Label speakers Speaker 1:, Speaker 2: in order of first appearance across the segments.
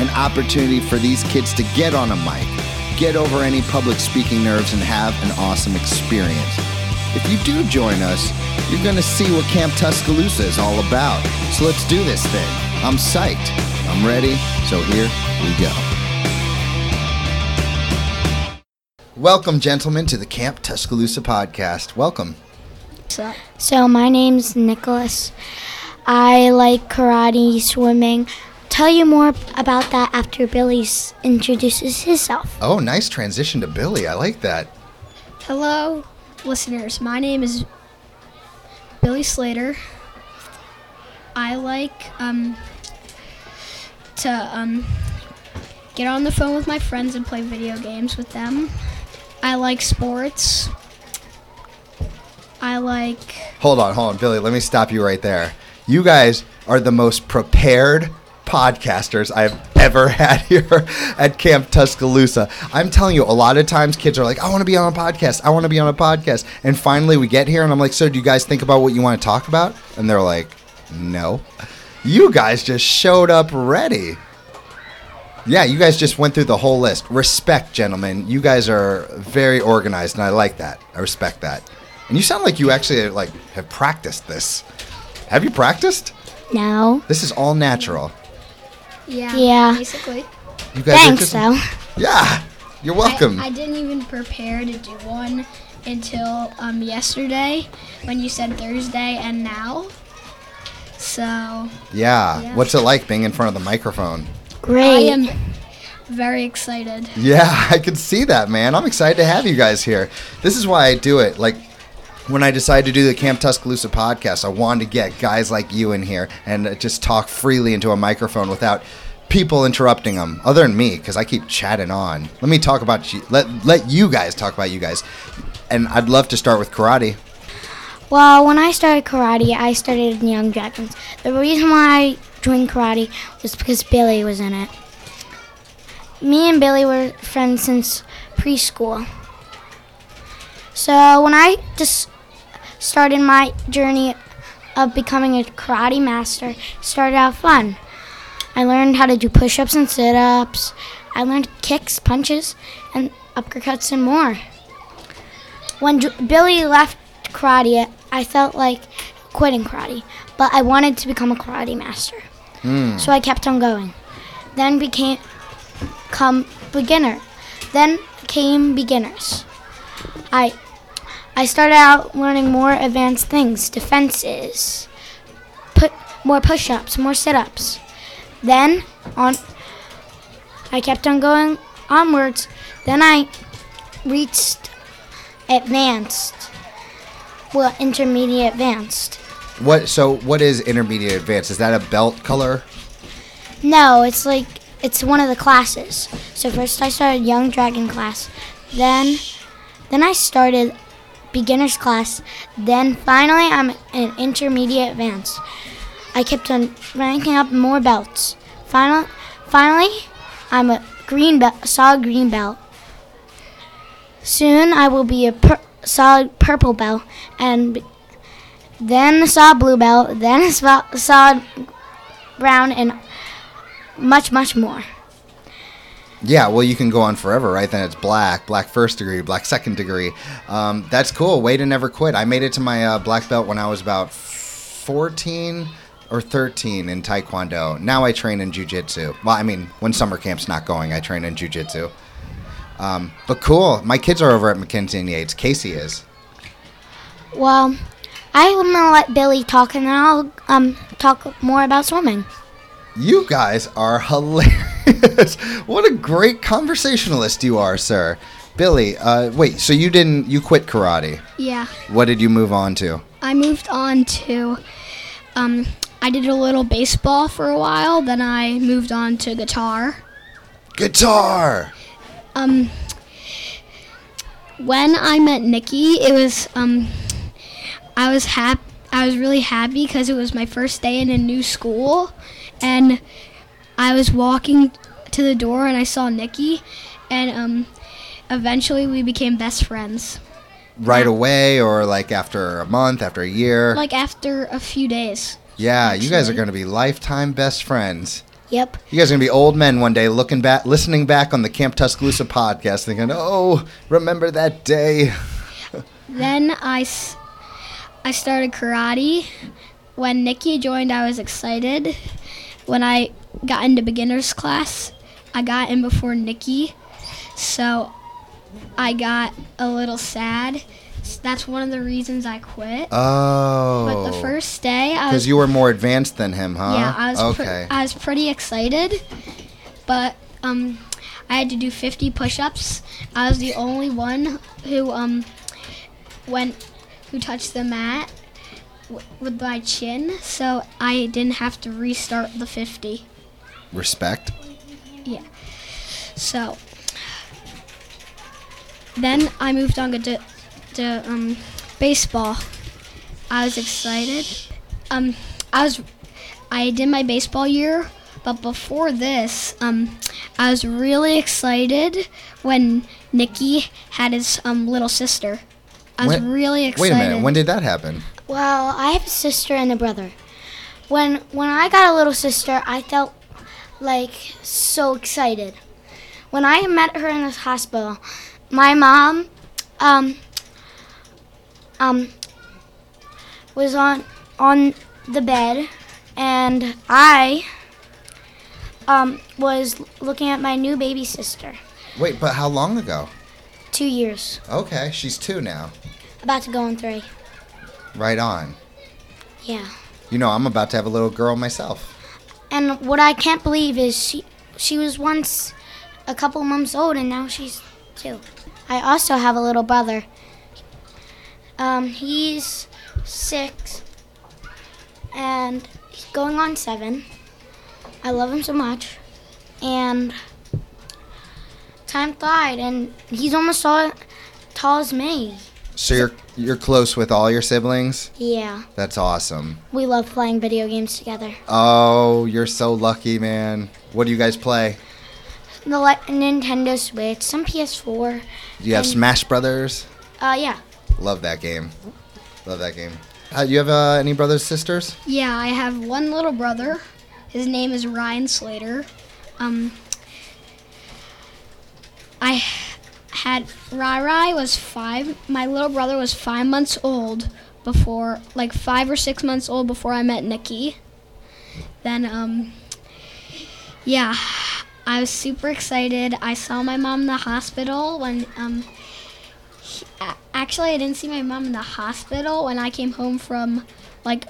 Speaker 1: An opportunity for these kids to get on a mic, get over any public speaking nerves, and have an awesome experience. If you do join us, you're going to see what Camp Tuscaloosa is all about. So let's do this thing. I'm psyched. I'm ready. So here we go. Welcome, gentlemen, to the Camp Tuscaloosa podcast. Welcome.
Speaker 2: So my name's Nicholas. I like karate, swimming. Tell you more about that after Billy s- introduces himself.
Speaker 1: Oh, nice transition to Billy. I like that.
Speaker 3: Hello, listeners. My name is Billy Slater. I like um, to um, get on the phone with my friends and play video games with them. I like sports. I like.
Speaker 1: Hold on, hold on, Billy. Let me stop you right there. You guys are the most prepared podcasters I've ever had here at Camp Tuscaloosa. I'm telling you, a lot of times kids are like, I want to be on a podcast. I want to be on a podcast. And finally we get here and I'm like, So, do you guys think about what you want to talk about? And they're like, No. You guys just showed up ready. Yeah, you guys just went through the whole list. Respect, gentlemen. You guys are very organized, and I like that. I respect that. And you sound like you actually like have practiced this. Have you practiced?
Speaker 2: No.
Speaker 1: This is all natural.
Speaker 3: Yeah.
Speaker 2: Yeah.
Speaker 3: Basically.
Speaker 1: You guys are
Speaker 2: Thanks,
Speaker 1: just,
Speaker 2: though.
Speaker 1: Yeah, you're welcome.
Speaker 3: I, I didn't even prepare to do one until um, yesterday when you said Thursday and now. So.
Speaker 1: yeah.
Speaker 3: Yeah.
Speaker 1: What's it like being in front of the microphone?
Speaker 3: I
Speaker 2: Great.
Speaker 3: am very excited.
Speaker 1: Yeah, I could see that, man. I'm excited to have you guys here. This is why I do it. Like, when I decided to do the Camp Tuscaloosa podcast, I wanted to get guys like you in here and uh, just talk freely into a microphone without people interrupting them, other than me, because I keep chatting on. Let me talk about you. Let, let you guys talk about you guys. And I'd love to start with karate.
Speaker 2: Well, when I started karate, I started in Young Dragons. The reason why I joined karate was because Billy was in it. Me and Billy were friends since preschool. So when I just started my journey of becoming a karate master, it started out fun. I learned how to do push-ups and sit-ups. I learned kicks, punches, and uppercuts and more. When J- Billy left karate, I felt like quitting karate, but I wanted to become a karate master. So I kept on going. Then became come beginner. Then came beginners. I I started out learning more advanced things, defenses, put more push-ups, more sit-ups. Then on I kept on going onwards. Then I reached advanced well, intermediate advanced.
Speaker 1: What? So, what is intermediate advanced? Is that a belt color?
Speaker 2: No, it's like it's one of the classes. So first I started young dragon class, then then I started beginners class, then finally I'm an intermediate advanced. I kept on ranking up more belts. Final, finally, I'm a green belt, solid green belt. Soon I will be a pur- solid purple belt, and b- then a solid blue belt, then a sol- solid brown, and much, much more.
Speaker 1: Yeah, well, you can go on forever, right? Then it's black, black first degree, black second degree. Um, that's cool. Way to never quit. I made it to my uh, black belt when I was about 14 or 13 in Taekwondo. Now I train in jujitsu. Well, I mean, when summer camp's not going, I train in jujitsu. Um, but cool. My kids are over at Mackenzie and Yates. Casey is.
Speaker 2: Well, I'm gonna let Billy talk, and then I'll um talk more about swimming.
Speaker 1: You guys are hilarious. what a great conversationalist you are, sir. Billy, uh, wait, so you didn't, you quit karate.
Speaker 3: Yeah.
Speaker 1: What did you move on to?
Speaker 3: I moved on to. Um, I did a little baseball for a while, then I moved on to guitar.
Speaker 1: Guitar.
Speaker 3: um, when I met Nikki, it was um, I was happy. I was really happy because it was my first day in a new school, and I was walking to the door and I saw Nikki, and um, eventually we became best friends.
Speaker 1: Right away, or like after a month, after a year?
Speaker 3: Like after a few days.
Speaker 1: yeah, you guys are
Speaker 3: actually.
Speaker 1: going to be lifetime best friends.
Speaker 2: Yep.
Speaker 1: You guys are gonna be old men one day, looking back, listening back on the Camp Tuscaloosa podcast, thinking, "Oh, remember that day?"
Speaker 3: Then I, s- I started karate. When Nikki joined, I was excited. When I got into beginner's class, I got in before Nikki. So I got a little sad. S- That's one of the reasons I quit.
Speaker 1: Oh,
Speaker 3: but the first day, I
Speaker 1: because
Speaker 3: was
Speaker 1: you were more advanced than him, huh?
Speaker 3: yeah, I was pre-
Speaker 1: okay.
Speaker 3: I was pretty excited, but um, I had to do 50 push-ups. I was the only one who um went who touched the mat w- with my chin, so I didn't have to restart the 50.
Speaker 1: Respect.
Speaker 3: So then I moved on to, to um, baseball. I was excited. Um, I was I did my baseball year, but before this, um, I was really excited when Nikki had his um, little sister. I was
Speaker 1: When-
Speaker 3: really
Speaker 1: Wait
Speaker 3: excited.
Speaker 1: a minute. When did that happen?
Speaker 2: Well, I have a sister and a brother. When when I got a little sister, I felt like so excited. When I met her in the hospital, my mom um um was on on the bed and I um was looking at my new baby sister.
Speaker 1: Wait, but how long ago?
Speaker 2: 2 years,
Speaker 1: Okay, she's two now.
Speaker 2: about to go on 3.
Speaker 1: Right on.
Speaker 2: Yeah.
Speaker 1: You know, I'm about to have a little girl myself.
Speaker 2: And what I can't believe is she she was once a couple months old and now she's two. I also have a little brother. Um, he's six and he's going on seven. I love him so much. And time flied and he's almost all tall as me.
Speaker 1: So you're you're close with all your siblings.
Speaker 2: Yeah.
Speaker 1: That's awesome.
Speaker 2: We love playing video games together.
Speaker 1: Oh, you're so lucky, man. What do you guys play?
Speaker 2: The like, Nintendo Switch, some PS4.
Speaker 1: Do you have
Speaker 2: Um,
Speaker 1: Smash Brothers?
Speaker 2: Uh, yeah.
Speaker 1: Love that game. Love that game. Uh, you have uh, any brothers, sisters?
Speaker 3: Yeah, I have one little brother. His name is Ryan Slater. Um, I h- had Rai Rai was five. My little brother was five months old before, like five or six months old before I met Nikki. Then, um, yeah, I was super excited. I saw my mom in the hospital when, um, he- a- actually, I didn't see my mom in the hospital when I came home from, like,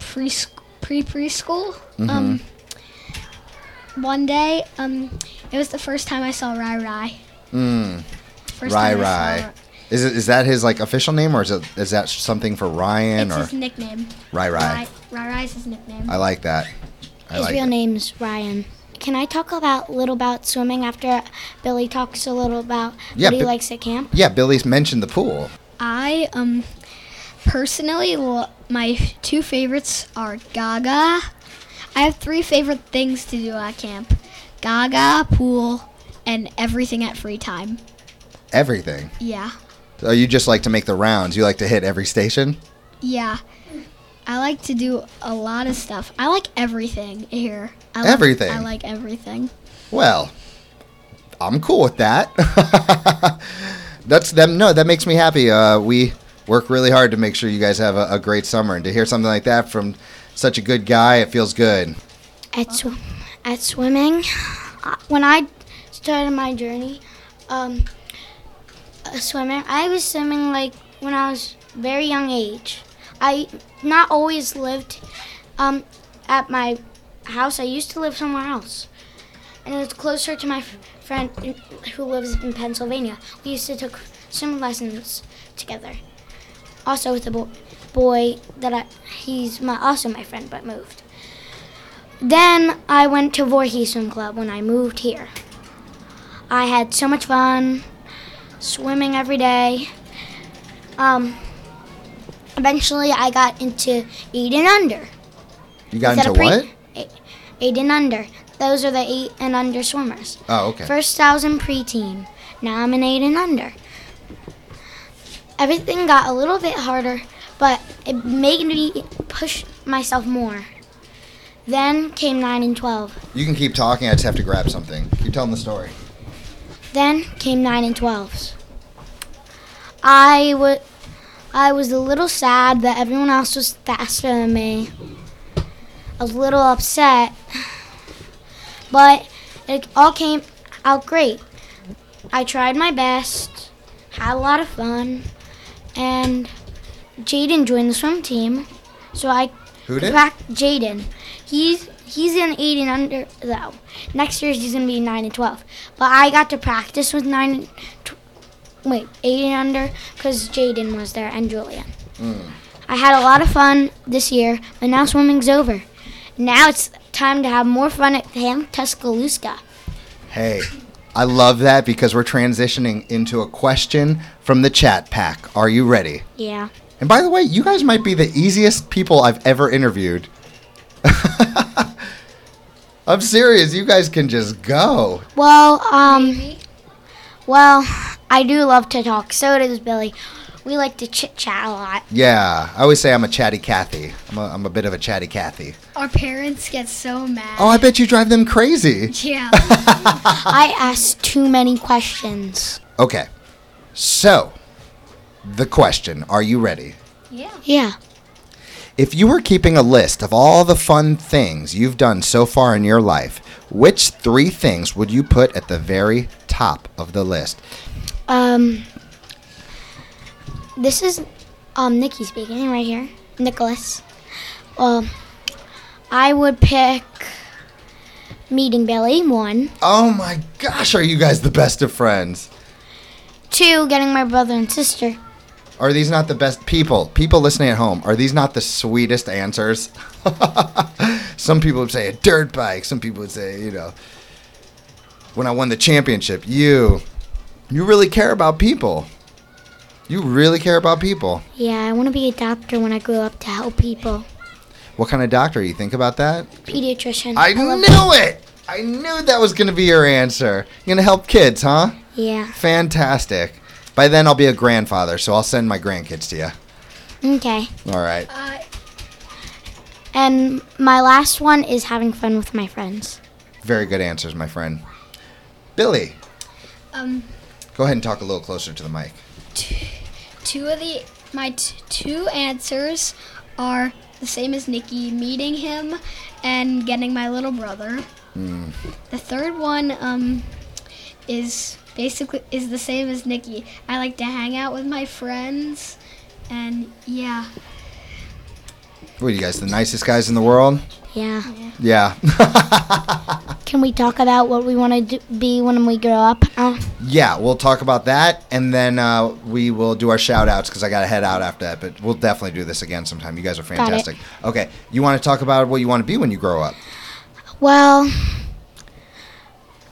Speaker 3: pre pre preschool.
Speaker 1: Mm-hmm.
Speaker 3: Um, one day, um, it was the first time I saw Rai Rai.
Speaker 1: Mm.
Speaker 3: First
Speaker 1: Rai
Speaker 3: time I
Speaker 1: Rai.
Speaker 3: saw her.
Speaker 1: Is it is that his like official name or is it is that something for Ryan
Speaker 3: It's his
Speaker 1: or
Speaker 3: nickname.
Speaker 1: Rai Rai?
Speaker 3: Rai Rai Rai is his nickname.
Speaker 1: I like that. I
Speaker 2: His
Speaker 1: like
Speaker 2: real
Speaker 1: it.
Speaker 2: name's Ryan. Can I talk about little about swimming after Billy talks a little about
Speaker 1: Yeah,
Speaker 2: what he
Speaker 1: but-
Speaker 2: likes at camp?
Speaker 1: Yeah, Billy's mentioned the pool.
Speaker 3: I um personally lo- my f- two favorites are Gaga. I have three favorite things to do at camp: Gaga, pool, and everything at free time.
Speaker 1: Everything.
Speaker 3: Yeah,
Speaker 1: So you just like to make the rounds. You like to hit every station.
Speaker 3: yeah. I like to do a lot of stuff. I like everything here. I like-
Speaker 1: Everything?
Speaker 3: I like everything.
Speaker 1: Well, I'm cool with that. That's them. No, that makes me happy. Uh, we work really hard to make sure you guys have a, a great summer, and to hear something like that from such a good guy, it feels good.
Speaker 2: At sw- at swimming, I- when I started my journey, um, uh, swimming, I was swimming like when I was very young age. I not always lived um, at my house. I used to live somewhere else, and it's closer to my f- friend in- who lives in Pennsylvania. We used to take swim lessons together. Also with a bo- boy that I, he's my, also my friend but moved. Then I went to Voorhees Swim Club when I moved here. I had so much fun swimming every day. Um, eventually, I got into eight and under.
Speaker 1: You got
Speaker 2: Is that
Speaker 1: into
Speaker 2: a pre-
Speaker 1: what?
Speaker 2: Eight, eight and under. Those are the eight and under swimmers.
Speaker 1: Oh, okay.
Speaker 2: First, I was in preteen. Now I'm an eight and under. Everything got a little bit harder, but it made me push myself more. Then came nine and twelve.
Speaker 1: You can keep talking. I just have to grab something. Keep telling the story.
Speaker 2: Then came nine and twelves. I wa I was a little sad that everyone else was faster than me. A little upset, but it all came out great. I tried my best, had a lot of fun, and Jaden joined the swim team, so I
Speaker 1: Who did?
Speaker 2: prac- Jaden. He's he's in eight and under though. Next year he's gonna be nine and twelve. But I got to practice with nine, and tw- wait eight and under because Jaden was there and Julian.
Speaker 1: Hmm.
Speaker 2: I had a lot of fun this year, but now swimming's over. Now it's time to have more fun at Camp Tuscaloosa.
Speaker 1: Hey, I love that because we're transitioning into a question from the chat pack. Are you ready?
Speaker 2: Yeah.
Speaker 1: And by the way, you guys might be the easiest people I've ever interviewed. I'm serious. You guys can just go.
Speaker 2: Well, um, well, I do love to talk. So does Billy. We like to chit chat a lot.
Speaker 1: Yeah, I always say I'm a chatty Cathy. I'm a, I'm a bit of a chatty Cathy.
Speaker 3: Our parents get so mad.
Speaker 1: Oh, I bet you drive them crazy.
Speaker 3: Yeah.
Speaker 2: I asked too many questions.
Speaker 1: Okay, so the question Are you ready?
Speaker 3: yeah.
Speaker 2: Yeah.
Speaker 1: If you were keeping a list of all the fun things you've done so far in your life, which three things would you put at the very top of the list?
Speaker 2: Um, this is um Nikki speaking right here. Nicholas. Um, I would pick meeting Billy. One,
Speaker 1: Oh my gosh, are you guys the best of friends?
Speaker 2: two, getting my brother and sister.
Speaker 1: Are these not the best people? People listening at home, are these not the sweetest answers? some people would say a dirt bike. Some people would say, you know, when I won the championship, you, you really care about people. You really care about people.
Speaker 2: Yeah, I want to be a doctor when I grow up to help people.
Speaker 1: What kind of doctor you think about that?
Speaker 2: Pediatrician.
Speaker 1: I
Speaker 2: love-
Speaker 1: knew it. I knew that was going to be your answer. You're going to help kids, huh?
Speaker 2: Yeah.
Speaker 1: Fantastic. By then I'll be a grandfather, so I'll send my grandkids to you.
Speaker 2: Okay.
Speaker 1: All right.
Speaker 3: Uh,
Speaker 2: And my last one is having fun with my friends.
Speaker 1: Very good answers, my friend. Billy,
Speaker 3: um,
Speaker 1: go ahead and talk a little closer to the mic.
Speaker 3: t- two of the my t- two answers are the same as Nikki meeting him and getting my little brother. The third one um is basically is the same as Nikki. I like to hang out with my friends and yeah.
Speaker 1: What are you guys, the nicest guys in the world?
Speaker 2: Yeah.
Speaker 1: Yeah.
Speaker 2: Can we talk about what we want to do- be when we grow up? Uh,
Speaker 1: yeah, we'll talk about that and then uh, we will do our shout outs because I got to head out after that, but we'll definitely do this again sometime. You guys are
Speaker 2: it.
Speaker 1: fantastic. Okay. You want to talk about what you want to be when you grow up?
Speaker 2: Well,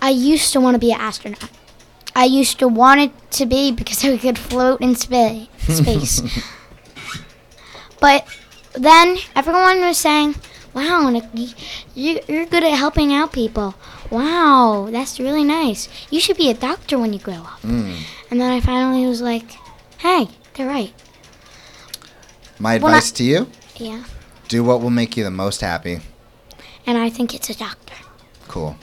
Speaker 2: I used to want to be an astronaut. I used to want it to be because I could float in spa- space. but then everyone was saying, "Wow, Nikki, you, you're good at helping out people. Wow, that's really nice. You should be a doctor when you grow up." And then I finally was like, "Hey, they're right."
Speaker 1: My
Speaker 2: Well, I-
Speaker 1: advice to you
Speaker 2: Yeah,
Speaker 1: do what will make you the most happy.
Speaker 2: and I think it's a doctor.
Speaker 1: Cool.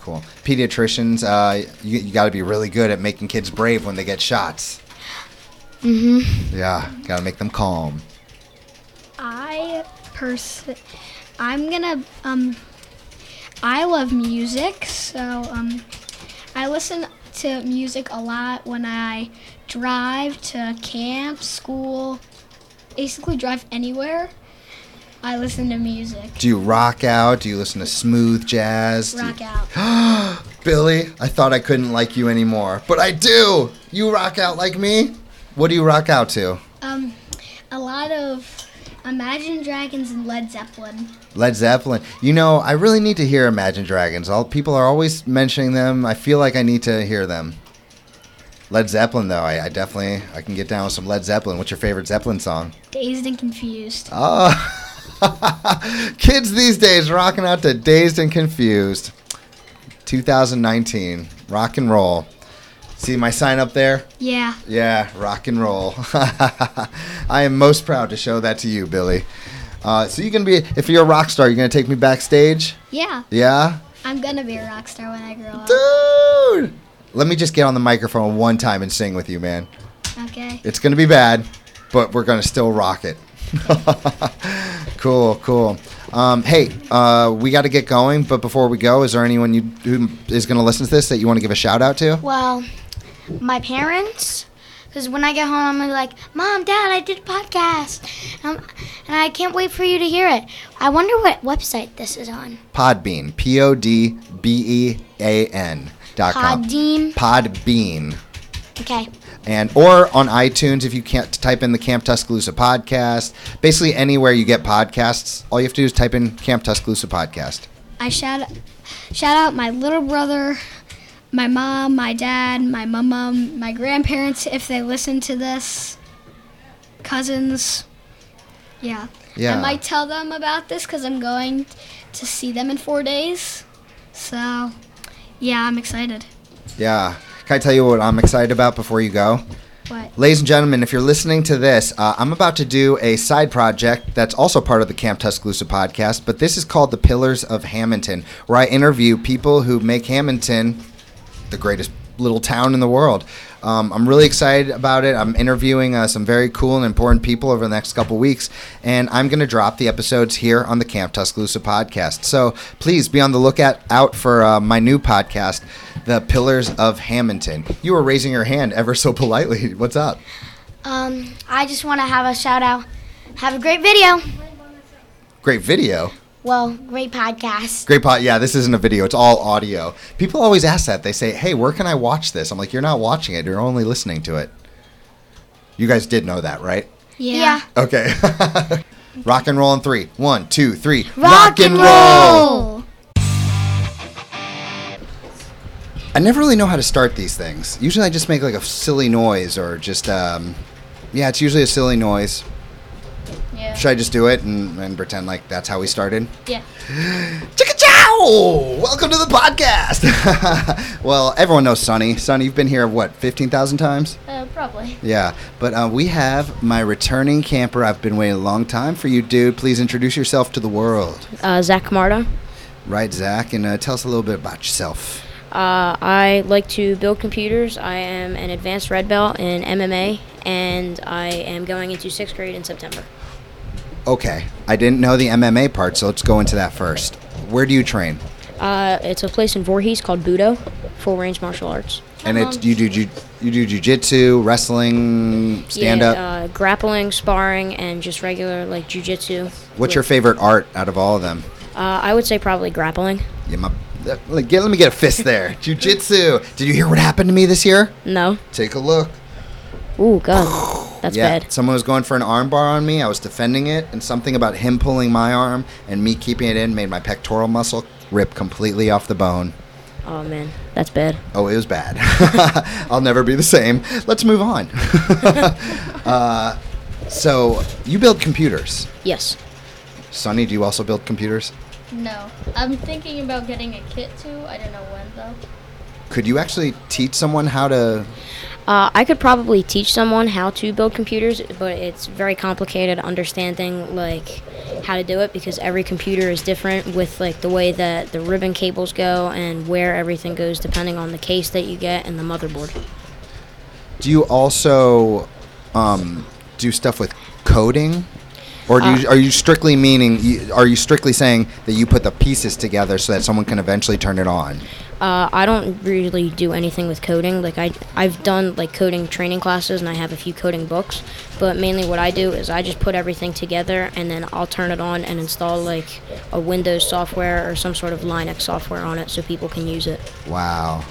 Speaker 1: Cool. Pediatricians, uh, you, you got to be really good at making kids brave when they get shots.
Speaker 2: Mhm.
Speaker 1: Yeah, got to make them calm.
Speaker 3: I pers I'm gonna um I love music, so um I listen to music a lot when I drive to camp, school, basically drive anywhere. I listen to music.
Speaker 1: Do you rock out? Do you listen to smooth jazz? Do you-
Speaker 3: Rock out.
Speaker 1: Billy, I thought I couldn't like you anymore, but I do. You rock out like me. What do you rock out to?
Speaker 3: Um a lot of Imagine Dragons and Led Zeppelin.
Speaker 1: Led Zeppelin. You know, I really need to hear Imagine Dragons. All people are always mentioning them. I feel like I need to hear them. Led Zeppelin, though, I, I definitely I can get down with some Led Zeppelin. What's your favorite Zeppelin song?
Speaker 3: Dazed and confused.
Speaker 1: Oh, Uh, kids these days rocking out to Dazed and Confused. 2019, rock and roll. See my sign up there?
Speaker 3: Yeah.
Speaker 1: Yeah, rock and roll. I am most proud to show that to you, Billy. Uh, so you can be, if you're a rock star, you're gonna take me backstage.
Speaker 3: Yeah.
Speaker 1: Yeah,
Speaker 3: I'm gonna be a rock star when I grow up.
Speaker 1: dude. Let me just get on the microphone one time and sing with you, man.
Speaker 3: Okay.
Speaker 1: It's gonna be bad, but we're gonna still rock it. cool, cool. Um, hey, uh, we got to get going, but before we go, is there anyone you who is gonna listen to this that you want to give a shout out to?
Speaker 2: Well, my parents, because when I get home, I'm gonna be like, Mom, Dad, I did a podcast, um, and I can't wait for you to hear it. I wonder what website this is on.
Speaker 1: Podbean, P O D B E A N dot com.
Speaker 2: Podbean.
Speaker 1: Podbean.
Speaker 2: Okay.
Speaker 1: and or on iTunes if you can't type in the Camp Tuscaloosa podcast. Basically, anywhere you get podcasts, all you have to do is type in Camp Tuscaloosa podcast.
Speaker 3: I shout shout out my little brother, my mom, my dad, my mama, my grandparents if they listen to this, cousins. Yeah.
Speaker 1: Yeah.
Speaker 3: I might tell them about this because I'm going to see them in four days. So, yeah, I'm excited.
Speaker 1: Yeah. Can I tell you what I'm excited about before you go?
Speaker 3: What?
Speaker 1: Ladies and gentlemen, if you're listening to this, uh, I'm about to do a side project that's also part of the Camp Tuscaloosa podcast, but this is called The Pillars of Hamilton, where I interview people who make Hamilton the greatest little town in the world. Um, I'm really excited about it. I'm interviewing uh, some very cool and important people over the next couple weeks, and I'm going to drop the episodes here on the Camp Tuscaloosa podcast. So please be on the lookout out for uh, my new podcast, The Pillars of Hamilton. You were raising your hand ever so politely. What's up?
Speaker 2: Um, I just want to have a shout out. Have a great video.
Speaker 1: Great video.
Speaker 2: Well, great podcast.
Speaker 1: Great pot. Yeah, this isn't a video. It's all audio. People always ask that. They say, "Hey, where can I watch this?" I'm like, "You're not watching it. You're only listening to it." You guys did know that, right?
Speaker 3: Yeah.
Speaker 2: Yeah.
Speaker 1: Okay. Rock and roll in three. One, two, three.
Speaker 2: Rock and roll.
Speaker 1: I never really know how to start these things. Usually I just make like a silly noise or just, um, yeah, it's usually a silly noise.
Speaker 3: Yeah.
Speaker 1: Should I just do it and, and pretend like that's how we started?
Speaker 3: Yeah.
Speaker 1: Chicka chow! Welcome to the podcast! well, everyone knows Sonny. Sonny, you've been here, what, 15,000 times?
Speaker 3: Uh, probably.
Speaker 1: Yeah, but uh, we have my returning camper. I've been waiting a long time for you, dude. Please introduce yourself to the world.
Speaker 4: uh, Zach Marta.
Speaker 1: Right, Zach, and uh, tell us a little bit about yourself.
Speaker 4: Uh, I like to build computers. I am an advanced red belt in MMA, and I am going into sixth grade in September.
Speaker 1: Okay, I didn't know the MMA part, so let's go into that first. Where do you train?
Speaker 4: Uh, it's a place in Voorhees called Budo, full range martial arts.
Speaker 1: And it's you do ju- you do jujitsu, wrestling, stand
Speaker 4: yeah,
Speaker 1: up.
Speaker 4: Uh, grappling, sparring, and just regular like jujitsu.
Speaker 1: What's your favorite art out of all of them?
Speaker 4: Uh, I would say probably grappling.
Speaker 1: Yeah, my, let, get, let me get a fist there. jujitsu. Did you hear what happened to me this year?
Speaker 4: No.
Speaker 1: Take a look.
Speaker 4: Ooh, God, that's
Speaker 1: yeah,
Speaker 4: bad.
Speaker 1: someone was going for an armbar on me. I was defending it, and something about him pulling my arm and me keeping it in made my pectoral muscle rip completely off the bone.
Speaker 4: Oh man, that's bad.
Speaker 1: Oh, it was bad. I'll never be the same. Let's move on. uh, so, you build computers.
Speaker 4: Yes.
Speaker 1: Sonny, do you also build computers?
Speaker 5: No. I'm thinking about getting a kit too. I don't know when though.
Speaker 1: Could you actually teach someone how to?
Speaker 4: Uh, I could probably teach someone how to build computers, but it's very complicated understanding like how to do it because every computer is different with like the way that the ribbon cables go and where everything goes depending on the case that you get and the motherboard.
Speaker 1: Do you also um, do stuff with coding, or do you, are you strictly meaning? you- Are you strictly saying that you put the pieces together so that someone can eventually turn it on?
Speaker 4: Uh, I don't really do anything with coding. Like I, I've done like coding training classes and I have a few coding books, but mainly what I do is I just put everything together and then I'll turn it on and install like a Windows software or some sort of Linux software on it so people can use it.
Speaker 1: Wow.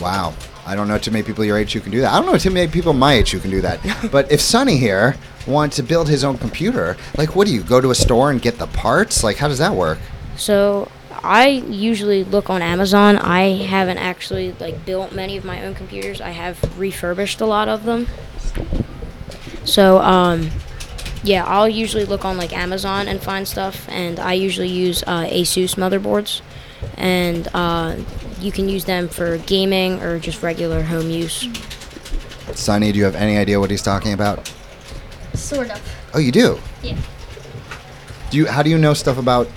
Speaker 1: Wow. I don't know too many people your age who can do that. I don't know too many people my age who can do that. but if Sonny here wanted to build his own computer, like what do you go to a store and get the parts? Like how does that work?
Speaker 4: So I usually look on Amazon. I haven't actually like built many of my own computers. I have refurbished a lot of them. So um, yeah, I'll usually look on like Amazon and find stuff, and I usually use uh, ASUS motherboards, and uh, you can use them for gaming or just regular home use.
Speaker 1: Sonny, do you have any idea what he's talking about?
Speaker 5: Sort of.
Speaker 1: Oh, you do.
Speaker 5: Yeah.
Speaker 1: Do you how do you know stuff about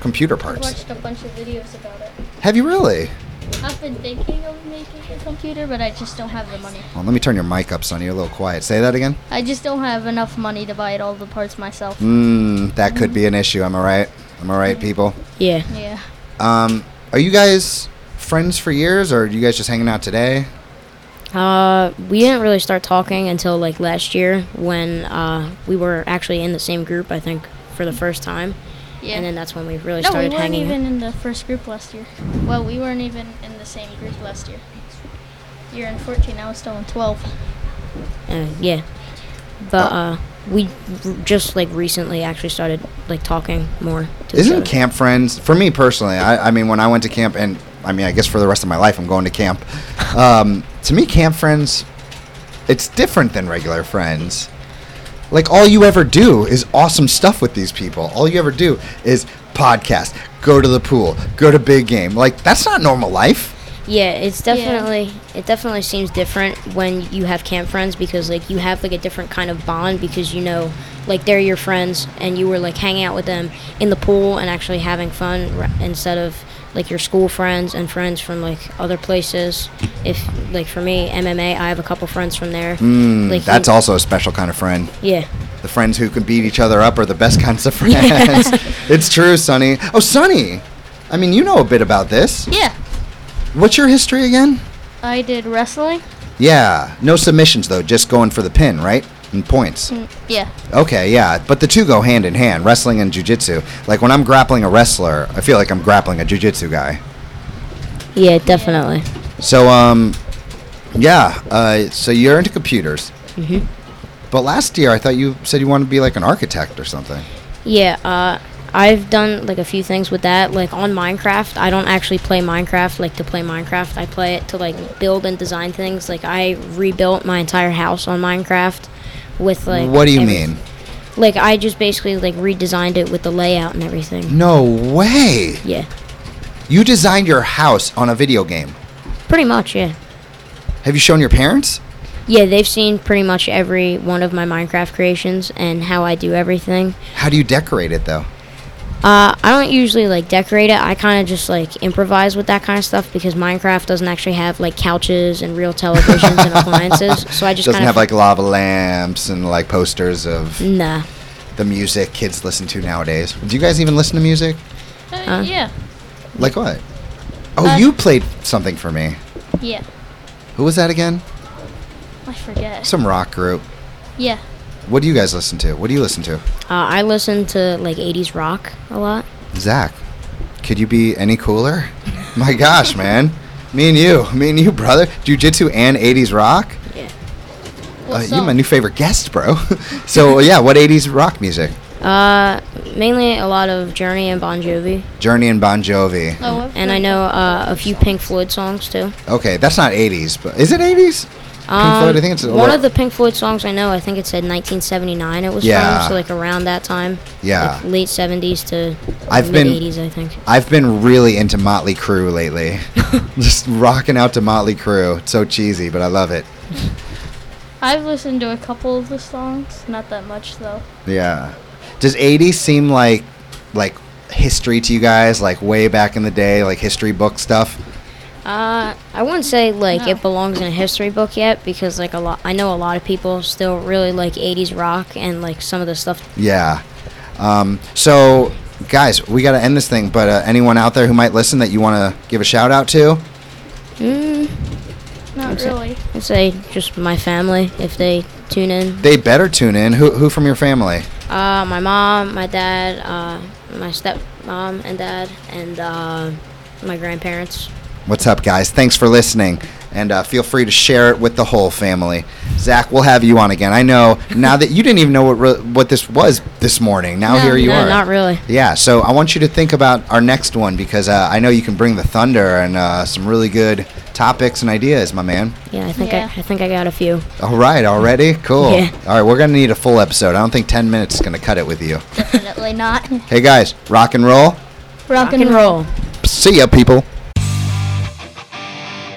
Speaker 1: computer
Speaker 5: I
Speaker 1: parts?
Speaker 5: watched a bunch of videos about it.
Speaker 1: Have you really?
Speaker 5: I've been thinking of making a computer, but I just don't have the money.
Speaker 1: Well, let me turn your mic up, Sonny. You're a little quiet. Say that again.
Speaker 5: I just don't have enough money to buy it all the parts myself.
Speaker 1: Mm, that could be an issue. Am I right? Am I right, people?
Speaker 4: Yeah.
Speaker 5: Yeah.
Speaker 1: Um, are you guys friends for years, or are you guys just hanging out today?
Speaker 4: Uh, we didn't really start talking until like last year when uh, we were actually in the same group. I think for the first time.
Speaker 5: Yeah.
Speaker 4: And then that's when we really
Speaker 5: no, we
Speaker 4: started
Speaker 5: weren't
Speaker 4: hanging. out.
Speaker 5: even in the first group last year. Well, we weren't even in the same group last year. You're in 14, I was still in 12.
Speaker 4: Uh, yeah, but uh, we r- just like recently actually started like talking more. To each
Speaker 1: Isn't
Speaker 4: other.
Speaker 1: camp friends for me personally? I, I mean, when I went to camp, and I mean, I guess for the rest of my life, I'm going to camp. Um, to me, camp friends, it's different than regular friends. Like all you ever do is awesome stuff with these people. All you ever do is podcast, go to the pool, go to big game. Like that's not normal life.
Speaker 4: Yeah, it's definitely it definitely seems different when you have camp friends because like you have like a different kind of bond because you know like they're your friends and you were like hanging out with them in the pool and actually having fun r- instead of like your school friends and friends from like other places. If like for me MMA, I have a couple friends from there. Mm, like
Speaker 1: Hmm, That's
Speaker 4: you-
Speaker 1: also a special kind of friend.
Speaker 4: Yeah.
Speaker 1: The friends who can beat each other up are the best kinds of friends. it's true, Sonny. Oh, Sonny. I mean, you know a bit about this.
Speaker 5: Yeah.
Speaker 1: What's your history again?
Speaker 5: I did wrestling.
Speaker 1: Yeah, no submissions though, just going for the pin, right? And points.
Speaker 5: Yeah.
Speaker 1: Okay, yeah, but the two go hand in hand, wrestling and jujitsu. Like when I'm grappling a wrestler, I feel like I'm grappling a jujitsu guy.
Speaker 4: Yeah, definitely.
Speaker 1: So, um, yeah, uh, so you're into computers. Mm-hmm. But last year, I thought you said you wanted to be like an architect or something.
Speaker 4: Yeah, uh, I've done like a few things with that. Like on Minecraft, I don't actually play Minecraft like to play Minecraft. I play it to like build and design things. Like I rebuilt my entire house on Minecraft with like.
Speaker 1: what do you
Speaker 4: every-
Speaker 1: mean?
Speaker 4: Like I just basically like redesigned it with the layout and everything.
Speaker 1: No way!
Speaker 4: Yeah,
Speaker 1: You designed your house on a video game.
Speaker 4: pretty much. Yeah,
Speaker 1: Have you shown your parents?
Speaker 4: yeah. They've seen pretty much every one of my Minecraft creations and how I do everything.
Speaker 1: How do you decorate it though?
Speaker 4: Uh, I don't usually like decorate it. I kind of just like improvise with that kind of stuff because Minecraft doesn't actually have like couches and real televisions and appliances. So I just
Speaker 1: Doesn't
Speaker 4: kinda
Speaker 1: have
Speaker 4: fi-
Speaker 1: like lava lamps and like posters of
Speaker 4: nah.
Speaker 1: the music kids listen to nowadays. Do you guys even listen to music?
Speaker 5: Uh, yeah.
Speaker 1: Like what? Oh,
Speaker 5: Uh,
Speaker 1: you played something for me.
Speaker 5: Yeah.
Speaker 1: Who was that again?
Speaker 5: I forget.
Speaker 1: Some rock group.
Speaker 5: Yeah.
Speaker 1: What do you guys listen to? What do you listen to?
Speaker 4: Uh, I listen to like '80s rock a lot.
Speaker 1: Zach, could you be any cooler? My gosh, man. Me and you. Me and you, brother. Jiu-jitsu and 80s rock?
Speaker 4: Yeah.
Speaker 1: Uh, you're my new favorite guest, bro. so, yeah, what 80s rock music?
Speaker 4: Uh, mainly a lot of Journey and Bon Jovi,
Speaker 1: Journey and Bon Jovi.
Speaker 5: Oh, I've
Speaker 4: and
Speaker 5: heard
Speaker 4: I know
Speaker 5: that.
Speaker 4: uh, a few Pink Floyd songs too.
Speaker 1: Okay, that's not 80s, but is it 80s?
Speaker 4: Um,
Speaker 1: Floyd, I think it's a
Speaker 4: one
Speaker 1: little-
Speaker 4: of the Pink Floyd songs I know. I think it said 1979. It was
Speaker 1: Yeah.
Speaker 4: from, so like around that time.
Speaker 1: Yeah.
Speaker 4: Like, late 70s to
Speaker 1: I've
Speaker 4: mid
Speaker 1: been-
Speaker 4: 80s, I think.
Speaker 1: I've been really into Motley Crue lately. Just rocking out to Motley Crue. It's so cheesy, but I love it.
Speaker 5: I've listened to a couple of the songs. Not that much, though.
Speaker 1: Yeah. Does 80 seem like like history to you guys, like way back in the day, like history book stuff?
Speaker 4: Uh, I wouldn't say like
Speaker 5: No.
Speaker 4: it belongs in a history book yet because like a lot, I know a lot of people still really like '80s rock and like some of the stuff.
Speaker 1: Yeah. Um, so guys, we got to end this thing, but uh, anyone out there who might listen that you want to give a shout out to?
Speaker 4: Mm,
Speaker 5: Not
Speaker 4: That's it.
Speaker 5: really.
Speaker 4: I'd say just my family if they tune in.
Speaker 1: They better tune in. Who who from your family?
Speaker 4: Uh, my mom, my dad, uh, my stepmom and dad, and uh, my grandparents.
Speaker 1: What's up, guys? Thanks for listening. And uh, feel free to share it with the whole family. Zach, we'll have you on again. I know now that you didn't even know what re- what this was this morning. Now
Speaker 4: No,
Speaker 1: here you
Speaker 4: no,
Speaker 1: are.
Speaker 4: not really.
Speaker 1: Yeah. So I want you to think about our next one because uh, I know you can bring the thunder and uh, some really good topics and ideas, my man.
Speaker 4: Yeah, I think
Speaker 5: Yeah.
Speaker 4: I, I think I got a few.
Speaker 1: All right, already? Cool.
Speaker 4: Yeah.
Speaker 1: All right, we're going to need a full episode. I don't think 10 minutes is going to cut it with you.
Speaker 5: Definitely not.
Speaker 1: Hey, guys, rock and roll.
Speaker 4: Rock and roll.
Speaker 1: See ya, people.